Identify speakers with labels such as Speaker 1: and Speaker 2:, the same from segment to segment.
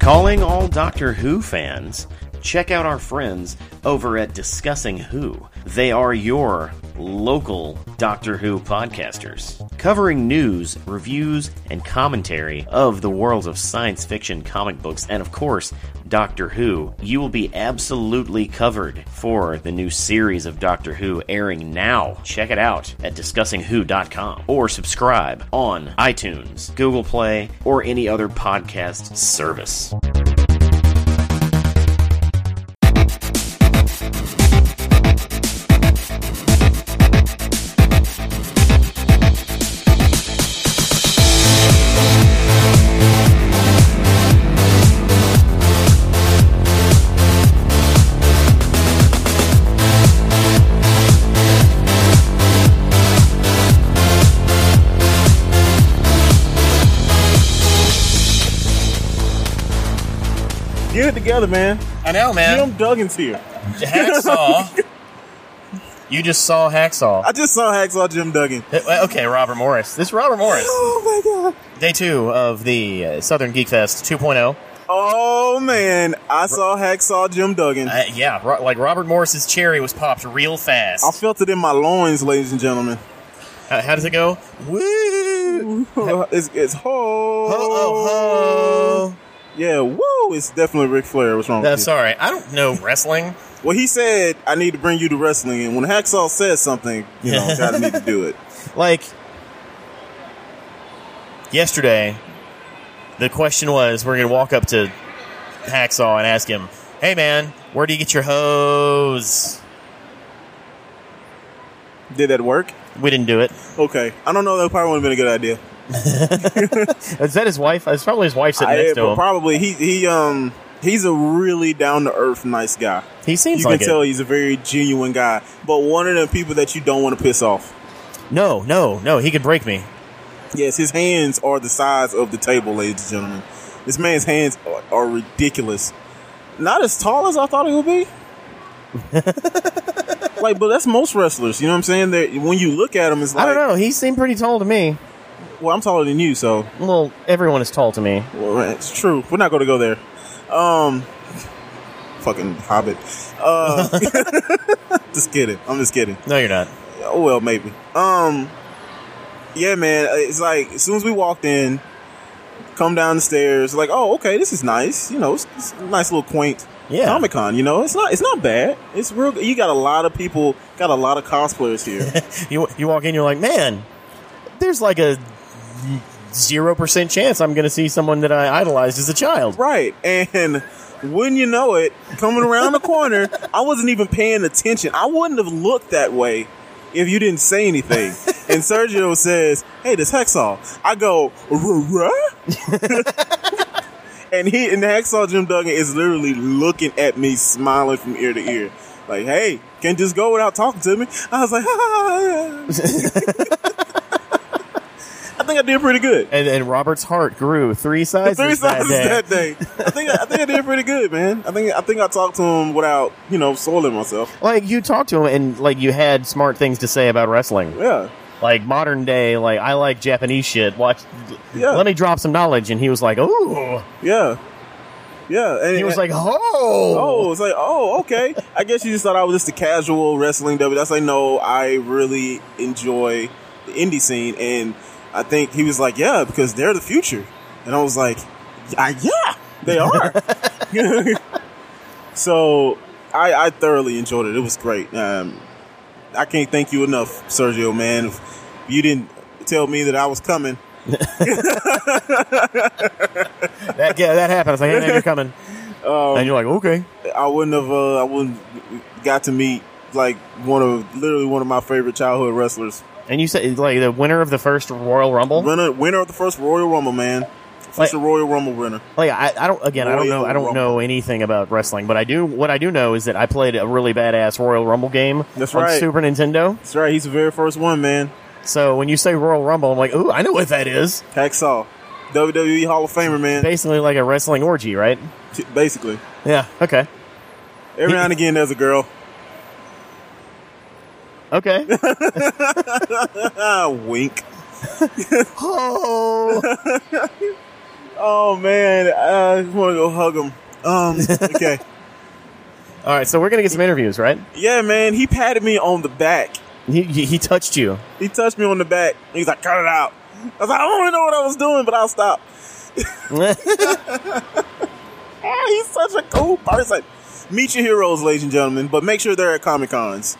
Speaker 1: Calling all Doctor Who fans, check out our friends over at Discussing Who. They are your local Doctor Who podcasters, covering news, reviews, and commentary of the world of science fiction, comic books, and of course, Doctor Who. You will be absolutely covered for the new series of Doctor Who airing now. Check it out at discussingwho.com or subscribe on iTunes, Google Play, or any other podcast service.
Speaker 2: Get it together, man.
Speaker 3: I know, man.
Speaker 2: Jim Duggan's here.
Speaker 3: Hacksaw. you just saw Hacksaw.
Speaker 2: I just saw Hacksaw Jim Duggan.
Speaker 3: Uh, Okay, Robert Morris. This is Robert Morris.
Speaker 2: Oh my god.
Speaker 3: Day two of the uh, Southern Geek Fest 2.0.
Speaker 2: Oh man, I saw Hacksaw Jim Duggan.
Speaker 3: Uh, yeah, ro- like Robert Morris's cherry was popped real fast.
Speaker 2: I felt it in my loins, ladies and gentlemen.
Speaker 3: Uh, how does it go? Woo!
Speaker 2: It's, it's ho.
Speaker 3: Ho,
Speaker 2: oh,
Speaker 3: ho, ho.
Speaker 2: Yeah, woo. It's definitely Ric Flair. What's wrong
Speaker 3: Uh,
Speaker 2: with you?
Speaker 3: sorry, I don't know wrestling.
Speaker 2: Well, he said, I need to bring you to wrestling. And when Hacksaw says something, you know, gotta need to do it.
Speaker 3: Like, yesterday, the question was we're going to walk up to Hacksaw and ask him, hey man, where do you get your hose?
Speaker 2: Did that work?
Speaker 3: We didn't do it.
Speaker 2: Okay. I don't know. That probably would have been a good idea.
Speaker 3: Is that his wife? It's probably his wife sitting
Speaker 2: I-
Speaker 3: next to
Speaker 2: but
Speaker 3: him.
Speaker 2: probably he, he, um, he's a really down to earth, nice guy.
Speaker 3: he seems
Speaker 2: you
Speaker 3: like
Speaker 2: can
Speaker 3: it.
Speaker 2: tell he's a very genuine guy, but one of the people that you don't want to piss off.
Speaker 3: No, no, no. He could break me.
Speaker 2: Yes, his hands are the size of the table, ladies and gentlemen. This man's hands are, are ridiculous. Not as tall as I thought he would be. like, but that's most wrestlers. You know what I'm saying? That when you look at him, it's like,
Speaker 3: I don't know. He seemed pretty tall to me.
Speaker 2: well, I'm taller than you, so
Speaker 3: Well, everyone is tall to me.
Speaker 2: well, it's true. We're not going to go there. Um, fucking hobbit. Uh, just kidding. I'm just kidding.
Speaker 3: No, you're not.
Speaker 2: Oh well, maybe. Um, yeah, man. It's like as soon as we walked in, come down the stairs. Like, oh, okay, this is nice. You know, it's, it's a nice little quaint
Speaker 3: Yeah.
Speaker 2: Comic Con. You know, it's not it's not bad. It's real. You got a lot of people. Got a lot of cosplayers here.
Speaker 3: You you walk in, you're like, man, there's like a zero percent chance I'm going to see someone that I idolized as a child.
Speaker 2: right, and wouldn't you know it, coming around the corner, I wasn't even paying attention. I wouldn't have looked that way. If you didn't say anything, and Sergio says, "Hey, this Hexall," I go, "Ruh-ruh?" And he and the Hacksaw Jim Duggan is literally looking at me, smiling from ear to ear. Like, hey, can't just go without talking to me. I was like, I think I did pretty good.
Speaker 3: And, and Robert's heart grew three sizes,
Speaker 2: Three sizes
Speaker 3: that day.
Speaker 2: that day. I think I think I did pretty good, man. I think I think I talked to him without, you know, soiling myself.
Speaker 3: Like you talked to him, and like you had smart things to say about wrestling,
Speaker 2: Yeah.
Speaker 3: like modern day. Like I like Japanese shit. Watch,
Speaker 2: Yeah.
Speaker 3: let me drop some knowledge. And he was like, "Ooh,"
Speaker 2: Yeah. Yeah. And
Speaker 3: he was
Speaker 2: and-
Speaker 3: like, "Oh,
Speaker 2: Oh, it's like, oh, okay. I guess you just thought I was just a casual wrestling WWE. I say no, I really enjoy the indie scene, and I think he was like, yeah, because they're the future. And I was like, I, yeah, they are. so I, I thoroughly enjoyed it. It was great. Um, I can't thank you enough, Sergio. Man, if you didn't tell me that I was coming.
Speaker 3: that yeah, that happened." I was like, "Hey man, you're coming,"
Speaker 2: Um.
Speaker 3: and you're like, "Okay."
Speaker 2: I wouldn't have. Uh, I wouldn't got to meet like one of literally one of my favorite childhood wrestlers.
Speaker 3: And you said like the winner of the first Royal Rumble.
Speaker 2: Winner, winner of the first Royal Rumble, man.
Speaker 3: Like-
Speaker 2: First Royal Rumble winner.
Speaker 3: Like I, I don't again, I don't know, I don't
Speaker 2: Royal
Speaker 3: know anything about wrestling, but I do. What I do know is that I played a really badass Royal Rumble game
Speaker 2: That's
Speaker 3: on
Speaker 2: right.
Speaker 3: Super Nintendo.
Speaker 2: That's right. He's the very first one, man.
Speaker 3: So when you say Royal Rumble, I'm like, ooh, I know what that is.
Speaker 2: Hacksaw, WWE Hall of Famer, man.
Speaker 3: Basically, like a wrestling orgy, right?
Speaker 2: Basically,
Speaker 3: Yeah. Okay.
Speaker 2: every now and again, there's a girl.
Speaker 3: Okay.
Speaker 2: Ah, wink.
Speaker 3: oh.
Speaker 2: Oh man, I want to go hug him. Um, okay.
Speaker 3: All right, so we're gonna get some interviews, right?
Speaker 2: yeah, man, he patted me on the back.
Speaker 3: He, he he touched you.
Speaker 2: He touched me on the back. He's like, "Cut it out." I was like, "I don't really know what I was doing, but I'll stop." Ah, he's such a cool person. Meet your heroes, ladies and gentlemen, but make sure they're at comic cons.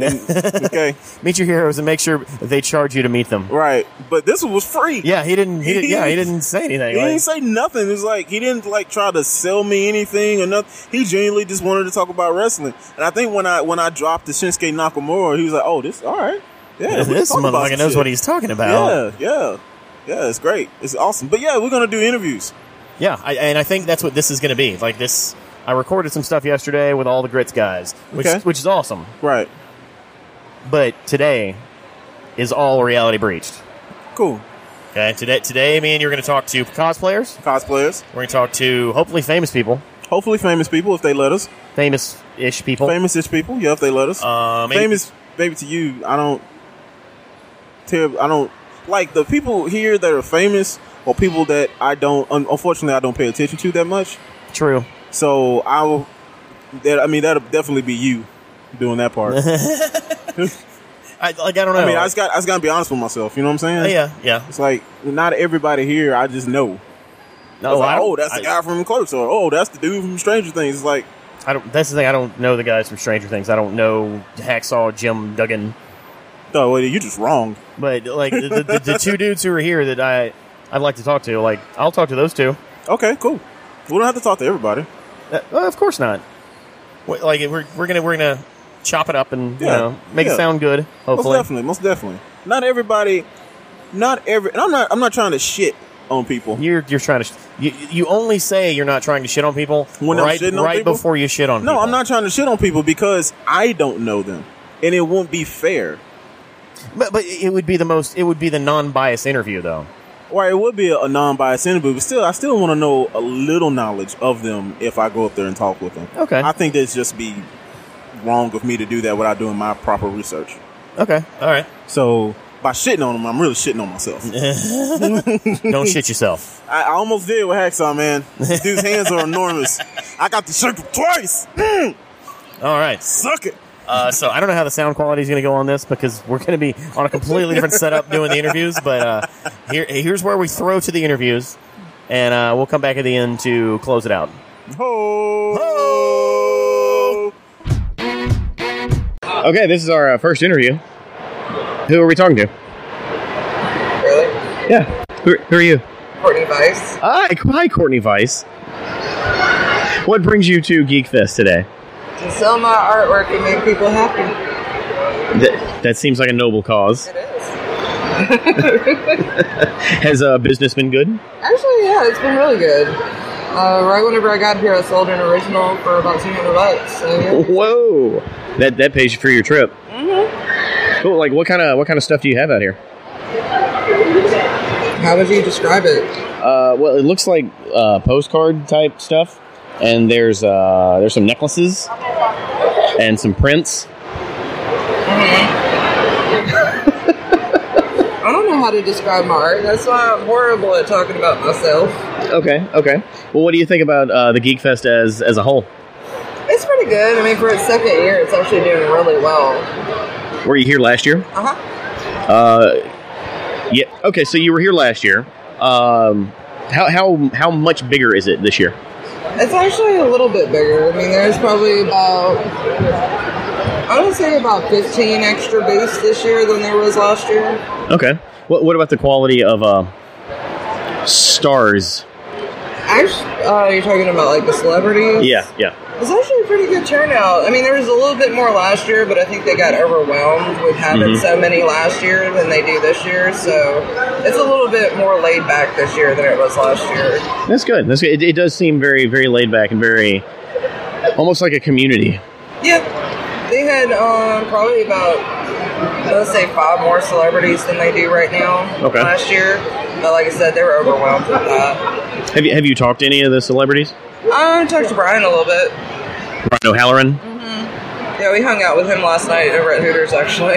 Speaker 2: okay,
Speaker 3: meet your heroes and make sure they charge you to meet them.
Speaker 2: right? But this one was free.
Speaker 3: Yeah, he didn't. He didn't. Yeah, he didn't say anything.
Speaker 2: He
Speaker 3: like-
Speaker 2: didn't say nothing. It's like he didn't like try to sell me anything or nothing. He genuinely just wanted to talk about wrestling. And I think when I when I dropped the Shinsuke Nakamura, he was like, "Oh, this all right, yeah, we
Speaker 3: this
Speaker 2: can talk about
Speaker 3: motherfucker
Speaker 2: some
Speaker 3: knows
Speaker 2: shit."
Speaker 3: what he's talking about.
Speaker 2: Yeah, yeah, yeah. It's great. It's awesome. But yeah, we're gonna do interviews.
Speaker 3: Yeah, I, and I think that's what this is going to be. Like this, I recorded some stuff yesterday with all the grits guys, which
Speaker 2: Okay.
Speaker 3: which is awesome.
Speaker 2: Right.
Speaker 3: But today is all reality breached.
Speaker 2: Cool.
Speaker 3: Okay, today today, me and you're going to talk to cosplayers.
Speaker 2: Cosplayers.
Speaker 3: We're going to talk to hopefully famous people,
Speaker 2: Hopefully, famous people if they let us.
Speaker 3: famous ish people.
Speaker 2: Famous-ish people. Yeah, if they let us.
Speaker 3: Uh, maybe-
Speaker 2: famous, maybe to you. I don't. Terrible. I don't like the people here that are famous or people that I don't. Un- unfortunately, I don't pay attention to that much.
Speaker 3: True.
Speaker 2: So I'll. That I mean, that'll definitely be you doing that part. I
Speaker 3: I like I don't know. Oh,
Speaker 2: mean, I just got. I just gotta be honest with myself. You know what I'm saying?
Speaker 3: yeah, yeah.
Speaker 2: It's like not everybody here. I just know.
Speaker 3: No,
Speaker 2: It's like,
Speaker 3: I don't-
Speaker 2: oh, that's the
Speaker 3: I-
Speaker 2: guy from Clerks, or oh, that's the dude from Stranger Things. It's like,
Speaker 3: I don't. That's the thing. I don't know the guys from Stranger Things. I don't know Hacksaw Jim Duggan.
Speaker 2: no, wait, you're just wrong.
Speaker 3: But like the, the, the, two dudes who are here that I I'd like to talk to, like I'll talk to those two.
Speaker 2: Okay, cool. We don't have to talk to everybody.
Speaker 3: Uh, well, of course not. Wait, Like we're we're gonna we're gonna chop it up and
Speaker 2: Yeah,
Speaker 3: you know make
Speaker 2: yeah.
Speaker 3: it sound good. Hopefully,
Speaker 2: Most definitely, most definitely. Not everybody, not every. And I'm not. I'm not trying to shit on people.
Speaker 3: you're you're trying to sh- you, you only say you're not trying to shit on people
Speaker 2: When I'm
Speaker 3: right
Speaker 2: shitting on
Speaker 3: right
Speaker 2: people?
Speaker 3: before you shit on.
Speaker 2: No,
Speaker 3: people.
Speaker 2: I'm not trying to shit on people because I don't know them, and it won't be fair.
Speaker 3: But, but it would be the most it would be the non biased interview though.
Speaker 2: Or it would be a, a non-biased interview, but still, I still want to know a little knowledge of them if I go up there and talk with them.
Speaker 3: Okay.
Speaker 2: I think that's just be wrong of me to do that without doing my proper research.
Speaker 3: Okay, all right.
Speaker 2: So by shitting on them, I'm really shitting on myself.
Speaker 3: Don't shit yourself.
Speaker 2: I, I almost did with Hacksaw Man. This dude's hands are enormous. I got to shake him twice.
Speaker 3: All right.
Speaker 2: Suck it.
Speaker 3: Uh, so I don't know how the sound quality is going to go on this because we're going to be on a completely different setup doing the interviews. But uh, here, here's where we throw to the interviews, and uh, we'll come back at the end to close it out.
Speaker 2: Ho!
Speaker 3: Okay, this is our uh, first interview. Who are we talking to?
Speaker 4: Really?
Speaker 3: Yeah. Who, who are you?
Speaker 4: Courtney Vice?
Speaker 3: Hi, hi, Courtney Vice. What brings you to Geek Fest today?
Speaker 4: To sell my artwork and make people happy.
Speaker 3: That, that seems like a noble cause.
Speaker 4: It is.
Speaker 3: Has uh, business been good?
Speaker 4: Actually, yeah, it's been really good. Uh, right whenever I got here, I sold an original for about 200 bucks. So yeah.
Speaker 3: Whoa, Mm-hmm. that that pays you for your trip. Cool. Like, what kind of what kind of stuff do you have out here?
Speaker 4: How would you describe it?
Speaker 3: Uh, well, it looks like uh, postcard type stuff, and there's uh, there's some necklaces and some prints.
Speaker 4: I don't know how to describe my art. That's why I'm horrible at talking about myself.
Speaker 3: Okay, okay. Well, what do you think about uh, the Geek Fest as as a whole?
Speaker 4: It's pretty good. I mean, for its second year, it's actually doing really well.
Speaker 3: Were you here last year?
Speaker 4: Uh huh.
Speaker 3: Uh, yeah. Okay, so you were here last year. Um, how how how much bigger is it this year?
Speaker 4: It's actually a little bit bigger. I mean, there's probably about, I would say about 15 extra booths this year than there was last year.
Speaker 3: Okay. What what about the quality of uh, stars?
Speaker 4: Actually, uh, you're talking about like the celebrities.
Speaker 3: Yeah, yeah.
Speaker 4: it's actually a pretty good turnout. I mean, there was a little bit more last year, but I think they got overwhelmed with having
Speaker 3: Mm-hmm.
Speaker 4: so many last year than they do this year. So it's a little bit more laid back this year than it was last year.
Speaker 3: That's good. That's good. It, it does seem very, very laid back and very almost like a community.
Speaker 4: Yeah, they had um, probably about let's say five more celebrities than they do right now
Speaker 3: Okay.
Speaker 4: last year. But like I said, they were overwhelmed with that.
Speaker 3: Have you have you talked to any of the celebrities?
Speaker 4: I talked to Brian a little bit.
Speaker 3: Brian O'Halloran.
Speaker 4: Yeah, we hung out with him last night over at Hooters, actually.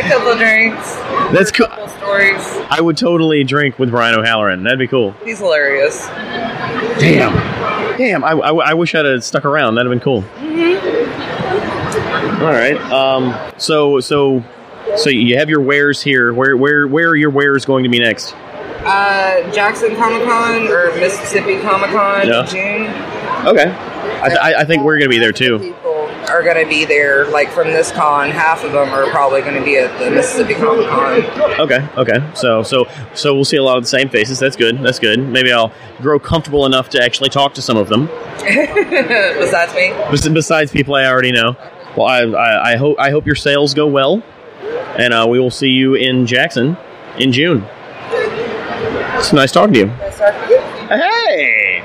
Speaker 4: a couple of drinks.
Speaker 3: That's cool.
Speaker 4: A couple stories.
Speaker 3: I would totally drink with Brian O'Halloran. That'd be cool.
Speaker 4: He's hilarious.
Speaker 3: Damn. Damn. Mm-hmm. I, I, I wish I'd have stuck around. That'd have been cool. All right. Um. So so so you have your wares here. Where where where are your wares going to be next?
Speaker 4: Uh, Jackson Comic Con or Mississippi Comic Con
Speaker 3: Yeah.
Speaker 4: in June.
Speaker 3: Okay. I, th- I I think we're gonna be there too.
Speaker 4: People are going to be there, like from this con. Half of them are probably going to be at the Mississippi Comic Con.
Speaker 3: Okay. Okay. So so so we'll see a lot of the same faces. That's good. That's good. Maybe I'll grow comfortable enough to actually talk to some of them.
Speaker 4: Besides me,
Speaker 3: Bes- Besides people I already know. Well, I, I, I hope I hope your sales go well, and uh, we will see you in Jackson in June. It's nice talking to you. Hey.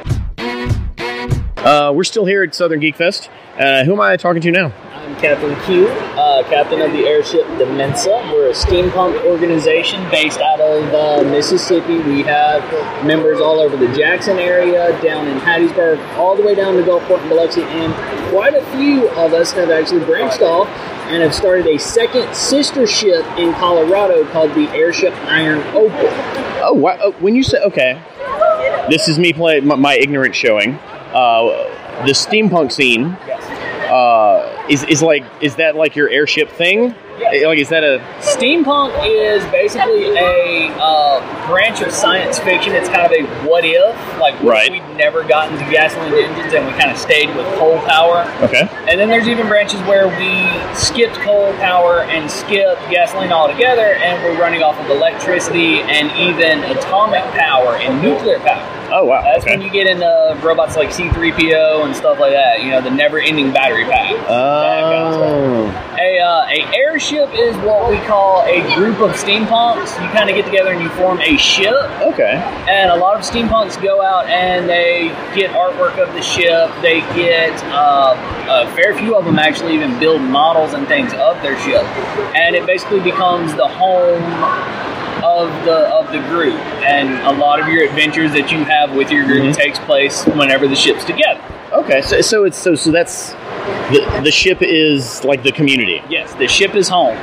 Speaker 3: Uh, we're still here at Southern Geek Fest. Uh, who am I talking to now?
Speaker 5: I'm Captain Q, uh, captain of the airship Demensa. We're a steampunk organization based out of uh, Mississippi. We have members all over the Jackson area, down in Hattiesburg, all the way down to Gulfport and Biloxi, and quite a few of us have actually branched off and have started a second sister ship in Colorado called the Airship Iron Opal.
Speaker 3: Oh, wha- oh, when you say okay, this is me playing my, my ignorant showing. Uh, the steampunk scene uh, is is like is that like your airship thing?
Speaker 5: Yeah.
Speaker 3: Like is that a
Speaker 5: Steampunk is basically a uh, branch of science fiction. It's kind of a what if, like what
Speaker 3: Right.
Speaker 5: if we'd never gotten to gasoline engines and we kind of stayed with coal power.
Speaker 3: okay?
Speaker 5: And then there's even branches where we skipped coal power and skipped gasoline altogether, and we're running off of electricity and even atomic power and nuclear power.
Speaker 3: Oh wow.
Speaker 5: That's
Speaker 3: okay.
Speaker 5: when you get into robots like C-3PO and stuff like that. You know, the never-ending battery pack. That kind of stuff.
Speaker 3: Oh,
Speaker 5: A, uh, a airship is what we call a group of steampunks. You kind of get together and you form a ship,
Speaker 3: Oh, okay.
Speaker 5: and a lot of steampunks go out and they get artwork of the ship. They get uh, a fair few of them actually even build models and things of their ship, and it basically becomes the home of the of the group. And a lot of your adventures that you have with your group takes place whenever the ship's together.
Speaker 3: Okay. So, so it's so so that's the the ship is like the community.
Speaker 5: Yes, the ship is home.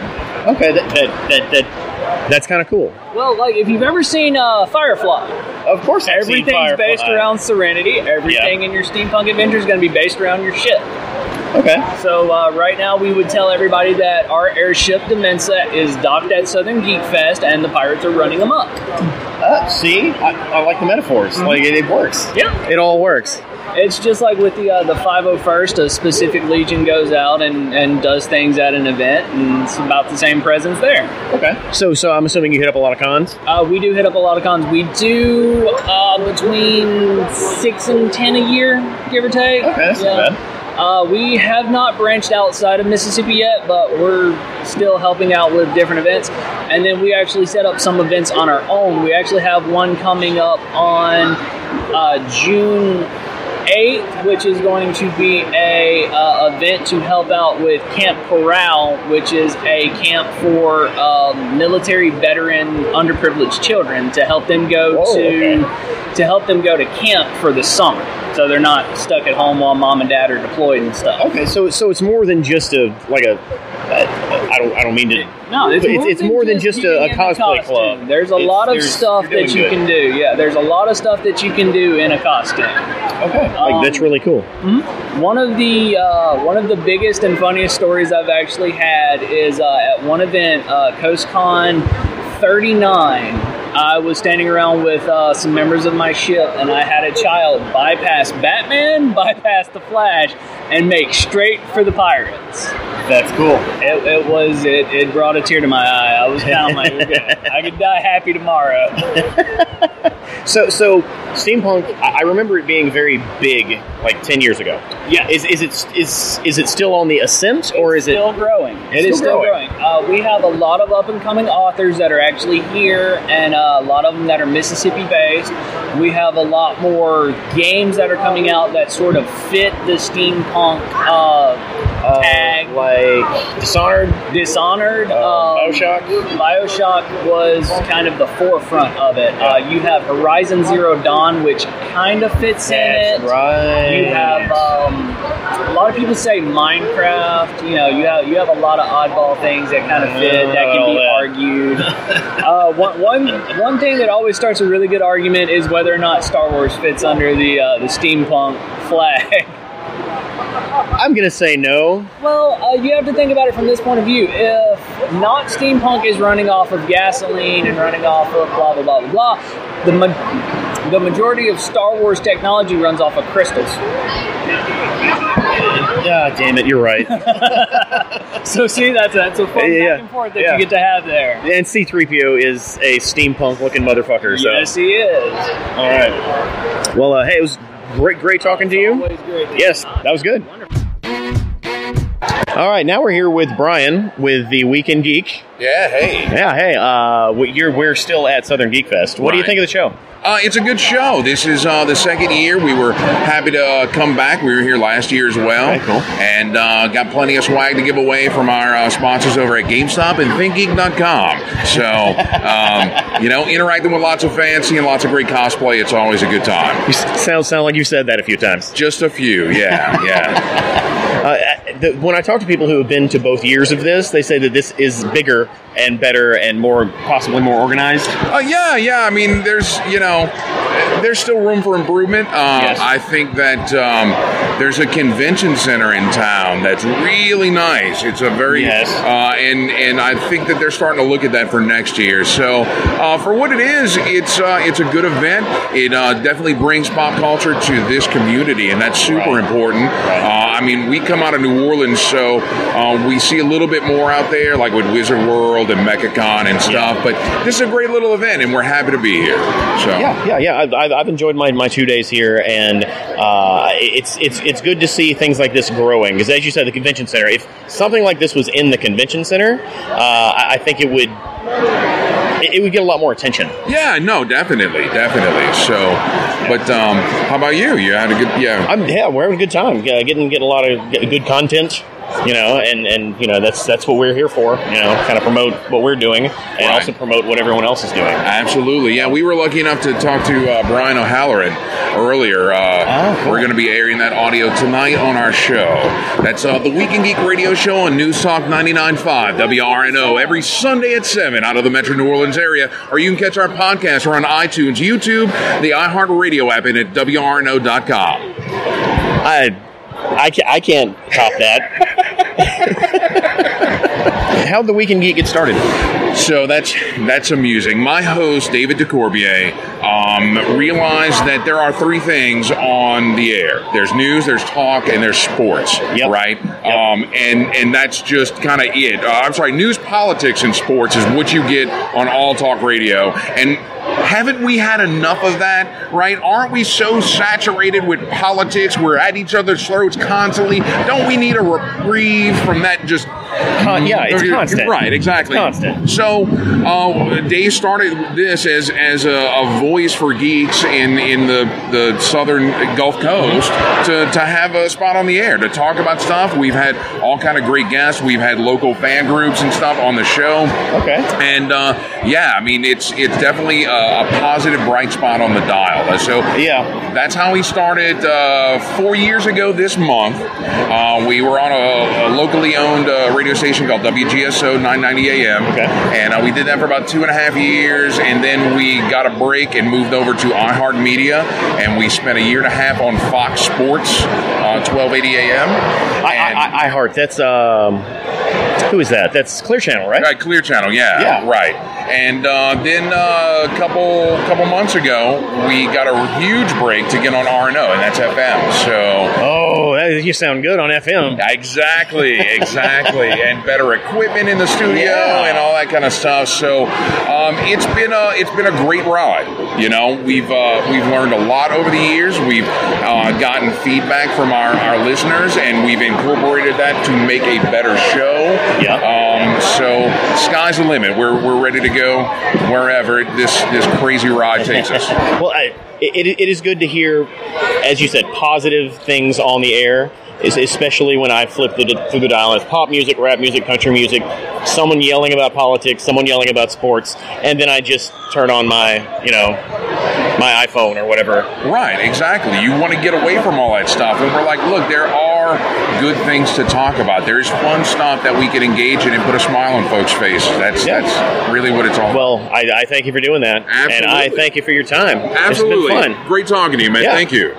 Speaker 3: Okay. That that that, that that's kind of cool.
Speaker 5: Well, like if you've ever seen uh, Firefly.
Speaker 3: Of course, I've seen
Speaker 5: Everything's
Speaker 3: Firefly.
Speaker 5: based around Serenity. Everything in your steampunk adventure is going to be based around your ship.
Speaker 3: Okay.
Speaker 5: So uh, right now, we would tell everybody that our airship Demensa is docked at Southern Geek Fest, and the pirates are running them up.
Speaker 3: Uh, see, I, I like the metaphors. Like it, it works.
Speaker 5: Mm-hmm. Yeah,
Speaker 3: It all works.
Speaker 5: it's just like with the uh, the 501st. A specific legion goes out and, and does things at an event, and it's about the same presence there.
Speaker 3: Okay. So so I'm assuming you hit up a lot of cons.
Speaker 5: Uh, we do hit up a lot of cons. We do uh, between six and ten a year, give or take.
Speaker 3: Okay, that's not bad.
Speaker 5: Uh, we have not branched outside of Mississippi yet, but we're still helping out with different events. And then we actually set up some events on our own. We actually have one coming up on uh, June 8th, which is going to be a uh, event to help out with Camp Corral, which is a camp for um, military veteran underprivileged children to help them go
Speaker 3: Whoa,
Speaker 5: to
Speaker 3: okay.
Speaker 5: to help them go to camp for the summer, so they're not stuck at home while mom and dad are deployed and stuff.
Speaker 3: Okay. So so it's more than just a like a. Uh, I don't I don't mean to.
Speaker 5: No,
Speaker 3: It's- it's more than just a- a
Speaker 5: being in the
Speaker 3: cosplay
Speaker 5: costume.
Speaker 3: club.
Speaker 5: There's a
Speaker 3: It's-
Speaker 5: lot of
Speaker 3: there's-
Speaker 5: stuff
Speaker 3: you're
Speaker 5: that
Speaker 3: doing
Speaker 5: you
Speaker 3: good.
Speaker 5: can do. Yeah, there's a lot of stuff that you can do in a costume.
Speaker 3: Okay. Like
Speaker 5: Um,
Speaker 3: that's really cool.
Speaker 5: One of the uh, one of the biggest and funniest stories I've actually had is uh, at one event, uh, CoastCon 39. I was standing around with uh, some members of my ship, and I had a child bypass Batman, bypass the Flash, and make straight for the pirates.
Speaker 3: That's cool.
Speaker 5: It, it was it, it brought a tear to my eye. I was down like okay, I could die happy tomorrow.
Speaker 3: So, so steampunk. I I remember it being very big, like ten years ago.
Speaker 5: Yeah.
Speaker 3: Is is it is is it still on the ascent, or is it?
Speaker 5: it's still growing?
Speaker 3: It
Speaker 5: It's
Speaker 3: is
Speaker 5: still
Speaker 3: growing.
Speaker 5: growing. Uh, we have a lot of up and coming authors that are actually here, and uh, a lot of them that are Mississippi based. We have a lot more games that are coming out that sort of fit the steampunk uh,
Speaker 3: uh,
Speaker 5: tag.
Speaker 3: like Dishonored,
Speaker 5: Dishonored,
Speaker 3: uh,
Speaker 5: um,
Speaker 3: Bioshock.
Speaker 5: Bioshock was kind of the forefront of it. Uh, you have Horizon Zero Dawn, which kind of fits in it. uh,
Speaker 3: right.
Speaker 5: You have um, a lot of people say Minecraft. You know, you have you have a lot of oddball things that kind of fit that can be
Speaker 3: Oh, yeah.
Speaker 5: argued. uh, one, one one thing that always starts a really good argument is whether or not Star Wars fits under the uh, the steampunk flag.
Speaker 3: I'm gonna say no.
Speaker 5: Well, uh, you have to think about it from this point of view. If not steampunk is running off of gasoline and running off of blah blah blah blah blah, the ma- the majority of Star Wars technology runs off of crystals.
Speaker 3: Yeah, damn it, you're right.
Speaker 5: So see, that's a, that's a fun
Speaker 3: Yeah, yeah,
Speaker 5: back and forth that
Speaker 3: yeah.
Speaker 5: you get to have there.
Speaker 3: and C-3PO is a steampunk-looking motherfucker. So
Speaker 5: Yes, he is.
Speaker 3: all right. Well, uh, hey, it was great, great talking to you.
Speaker 5: Always great.
Speaker 3: Yes, that was good. All right, now we're here with Brian with the Weekend Geek.
Speaker 6: Yeah, hey.
Speaker 3: Yeah, hey, uh, we- you're, we're still at Southern Geek Fest. What do you
Speaker 6: Right.
Speaker 3: think of the show?
Speaker 6: Uh, it's a good show. This is uh, the second year. We were happy to uh, come back. We were here last year as well.
Speaker 3: Okay, cool.
Speaker 6: And uh, got plenty of swag to give away from our uh, sponsors over at GameStop and ThinkGeek.com. So, um, you know, interacting with lots of fans, seeing lots of great cosplay, it's always a good time.
Speaker 3: You s- sound sound like you said that a few times.
Speaker 6: Just a few, yeah, yeah.
Speaker 3: Uh, I- the, when I talk to people who have been to both years of this, they say that this is bigger and better and more possibly more organized.
Speaker 6: Uh, yeah, yeah. I mean, there's you know, there's still room for improvement. Uh,
Speaker 3: Yes.
Speaker 6: I think that um, there's a convention center in town that's really nice. It's a very
Speaker 3: Yes.
Speaker 6: uh, and and I think that they're starting to look at that for next year. So uh, for what it is, it's uh, it's a good event. It uh, definitely brings pop culture to this community, and that's super
Speaker 3: Right.
Speaker 6: important. Uh, I mean, we come out of New Orleans, so uh, we see a little bit more out there, like with Wizard World and MechaCon and stuff. But this is a great little event, and we're happy to be here. So
Speaker 3: Yeah, yeah, yeah. I've, I've, I've enjoyed my, my two days here, and uh, it's it's it's good to see things like this growing. Because as you said, the convention center. If something like this was in the convention center, uh, I, I think it would it, it would get a lot more attention.
Speaker 6: Yeah, no, definitely, definitely. So, but um, how about you? You had a good yeah.
Speaker 3: I'm yeah, we're having a good time, uh, getting getting a lot of g- good content. You know, and and you know that's that's what we're here for. You know, kind of promote what we're doing, and
Speaker 6: Right.
Speaker 3: also promote what everyone else is doing.
Speaker 6: Absolutely, yeah. We were lucky enough to talk to uh, Brian O'Halloran earlier. Uh,
Speaker 3: Oh, cool.
Speaker 6: We're going to be airing that audio tonight on our show. That's uh, the Weekend Geek Radio Show on News Talk 99.5 WRNO every Sunday at seven out of the Metro New Orleans area. Or you can catch our podcast or on iTunes, YouTube, the iHeartRadio app, and at WRNO.com.
Speaker 3: I, I, ca- I can't top that. How'd the Weekend Geek get started?
Speaker 6: So that's that's amusing. My host David DeCorbier um, realized that there are three things on the air. There's news, there's talk, and there's sports.
Speaker 3: Yep.
Speaker 6: Right. Um, and and that's just kind of it. Uh, I'm sorry. News, politics, and sports is what you get on all talk radio. And haven't we had enough of that? Right? Aren't we so saturated with politics? We're at each other's throats constantly. Don't we need a reprieve from that? Just
Speaker 3: Con- yeah, it's
Speaker 6: Okay,
Speaker 3: constant.
Speaker 6: Right, exactly.
Speaker 3: It's constant.
Speaker 6: So uh, Dave started this as as a, a voice for geeks in in the the southern Gulf Coast to to have a spot on the air to talk about stuff. We've had all kind of great guests. We've had local fan groups and stuff on the show.
Speaker 3: Okay.
Speaker 6: And uh, yeah, I mean it's it's definitely a, a positive bright spot on the dial. So
Speaker 3: Yeah.
Speaker 6: that's how he started uh, four years ago this month. Uh, we were on a, a locally owned uh, radio station called WGSO 990 AM.
Speaker 3: Okay.
Speaker 6: And uh, we did that for about two and a half years. And then we got a break and moved over to iHeartMedia. And we spent a year and a half on Fox Sports, uh, 1280 AM.
Speaker 3: I, I,
Speaker 6: And-
Speaker 3: I, I heart. That's um. Who is that? That's Clear Channel, right?
Speaker 6: Right, Clear Channel, yeah,
Speaker 3: Yeah.
Speaker 6: right. And uh, then uh, a couple couple months ago, we got a huge break to get on R and O, and that's FM. So
Speaker 3: Oh, that, you sound good on FM.
Speaker 6: Exactly, exactly, and better equipment in the studio
Speaker 3: Yeah.
Speaker 6: and all that kind of stuff. So um, it's been a it's been a great ride. You know, we've uh, we've learned a lot over the years. We've uh, gotten feedback from our, our listeners, and we've incorporated that to make a better show.
Speaker 3: Yeah.
Speaker 6: Um, so sky's the limit. We're, we're ready to go wherever this this crazy ride takes us.
Speaker 3: Well, I, it, it, it is good to hear, as you said, positive things on the air. es- Especially when I flip the, through the dial, it's pop music, rap music, country music, someone yelling about politics, someone yelling about sports, and then I just turn on my, you know, my iPhone or whatever.
Speaker 6: Right, exactly. You want to get away from all that stuff. And we're like, look, there are are good things to talk about. There's fun stuff that we can engage in and put a smile on folks' faces. That's
Speaker 3: Yeah.
Speaker 6: that's really what it's all. about.
Speaker 3: Well, I, I thank you for doing that, and I
Speaker 6: Absolutely.
Speaker 3: thank you for your time.
Speaker 6: Absolutely,
Speaker 3: it's been fun.
Speaker 6: great talking to you, man.
Speaker 3: Yeah.
Speaker 6: Thank you.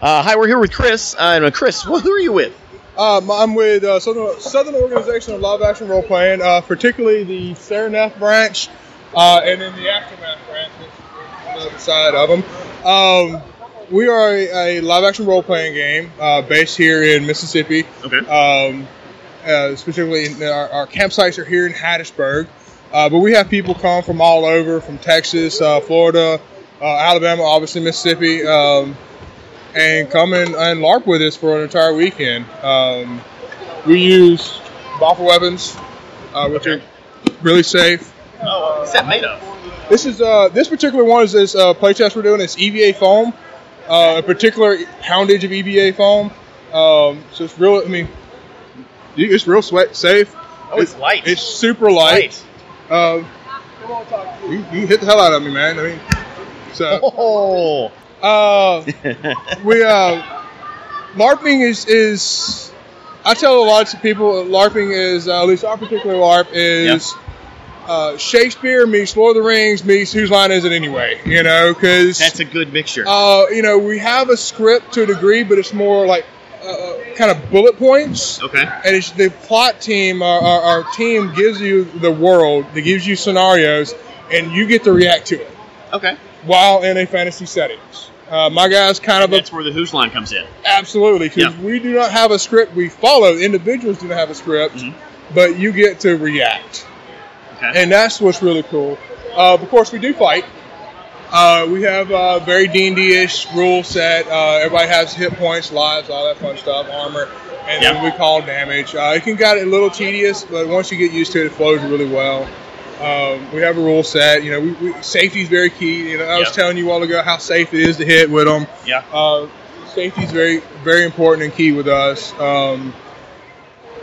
Speaker 3: Uh, hi, we're here with Chris. Uh, and, uh, Chris, who are you with?
Speaker 7: Um, I'm with uh, Southern, Southern Organization of Live Action Role Playing, uh, particularly the Saranath branch, uh, and then the Aftermath branch, which is on the other side of them. Um, we are a, a live action role playing game uh, based here in Mississippi.
Speaker 3: Okay.
Speaker 7: Um, uh, specifically, in our, our campsites are here in Hattiesburg, uh, but we have people come from all over, from Texas, uh, Florida, uh, Alabama, obviously Mississippi. Um, and come and, and LARP with us for an entire weekend. Um, we use Boffer weapons, uh, which are really safe.
Speaker 3: Oh, what's that made of?
Speaker 7: This is uh, this particular one is this uh, playtest we're doing. It's EVA foam, uh, a particular poundage of EVA foam. Um, so it's real. I mean, you- it's real sweat safe.
Speaker 3: Oh, it's light.
Speaker 7: It's super light. Um, you, you hit the hell out of me, man. I mean, so.
Speaker 3: Oh.
Speaker 7: Uh, we uh, LARPing is is I tell lots of people uh, LARPing is uh, at least our particular LARP is uh, Shakespeare meets Lord of the Rings meets Whose Line Is It Anyway? You know,
Speaker 3: That's
Speaker 7: because
Speaker 3: a good mixture.
Speaker 7: uh, you know we have a script to a degree, but it's more like uh, kind of bullet points
Speaker 3: okay.
Speaker 7: and it's the plot team our, our, our team gives you the world that gives you scenarios and you get to react to it
Speaker 3: Okay.
Speaker 7: while in a fantasy settings uh, my guy's kind of a
Speaker 3: That's where the who's line comes in.
Speaker 7: absolutely because
Speaker 3: Yeah.
Speaker 7: we do not have a script we follow individuals do not have a script
Speaker 3: Mhm.
Speaker 7: but you get to react
Speaker 3: Okay.
Speaker 7: and that's what's really cool uh, of course we do fight uh, we have uh, very D&D-ish rule set. Uh, everybody has hit points, lives, all that fun stuff, armor, and
Speaker 3: Yeah.
Speaker 7: then we call damage. Uh, it can get a little tedious, but once you get used to it, it flows really well. Um, we have a rule set. You know, we, we, safety is very key. You know, I was
Speaker 3: Yeah.
Speaker 7: telling you all ago how safe it is to hit with them.
Speaker 3: Yeah.
Speaker 7: Uh, safety is very, very important and key with us. Um,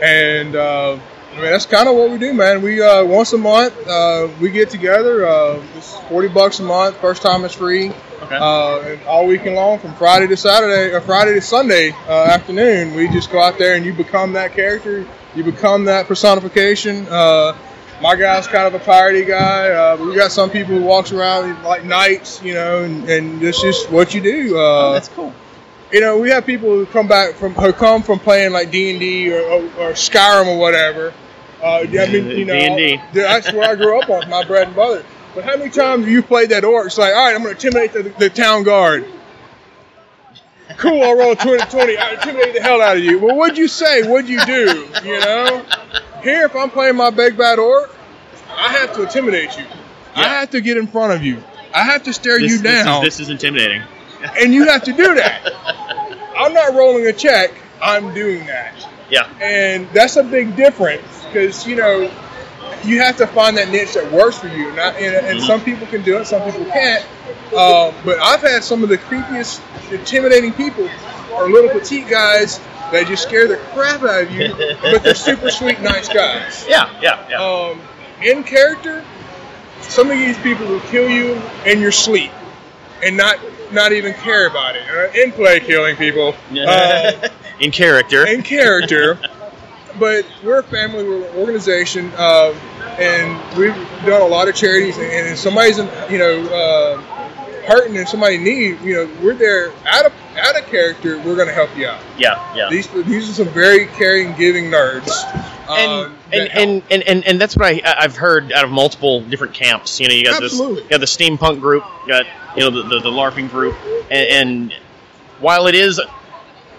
Speaker 7: and uh, I mean, that's kind of what we do, man. We uh, once a month uh, we get together. Uh, it's forty bucks a month. First time it's free,
Speaker 3: Okay.
Speaker 7: uh, and all weekend long from Friday to Saturday or Friday to Sunday uh, afternoon, we just go out there and you become that character. You become that personification. Uh, my guy's kind of a piratey guy. Uh, but we got some people who walks around like knights, you know, and, and that's just what you do. Uh,
Speaker 3: that's cool.
Speaker 7: you know, we have people who come back from who come from playing like D and D or or Skyrim or whatever. Uh, yeah, I mean, you know,
Speaker 3: D&D.
Speaker 7: dude, that's what I grew up on, my bread and butter. But how many times have you played that orc? It's like, all right, I'm going to intimidate the, the town guard. Cool, I'll roll 20 20. I intimidate the hell out of you. Well, what'd you say? What'd you do? You know? Here, if I'm playing my big bad orc, I have to intimidate you. I
Speaker 3: Yeah.
Speaker 7: have to get in front of you. I have to stare
Speaker 3: This-
Speaker 7: you
Speaker 3: this is-
Speaker 7: down
Speaker 3: This is, intimidating.
Speaker 7: and you have to do that. I'm not rolling a check. I'm doing that,
Speaker 3: Yeah.
Speaker 7: and that's a big difference because you know you have to find that niche that works for you. Not, and, and some people can do it, some people can't. Um, but I've had some of the creepiest, intimidating people or little petite guys that just scare the crap out of you, but they're super sweet, nice guys
Speaker 3: Yeah. Yeah. Yeah.
Speaker 7: um, in character, some of these people will kill you in your sleep and not not even care about it. Uh, in play, killing people uh,
Speaker 3: in character.
Speaker 7: in character, but we're a family, we're an organization, uh, and we've done a lot of charities. And, and if somebody's in, you know uh, hurting and somebody in need, you know, we're there out of out of character. We're going to help you out.
Speaker 3: yeah. Yeah.
Speaker 7: These these are some very caring, giving nerds. uh,
Speaker 3: and
Speaker 7: that
Speaker 3: and,
Speaker 7: help.
Speaker 3: and, and, and and that's what I I- I've heard out of multiple different camps. You know, you got
Speaker 7: Absolutely.
Speaker 3: this, you got the steampunk group, you got you know the the, the LARPing group, and, and while it is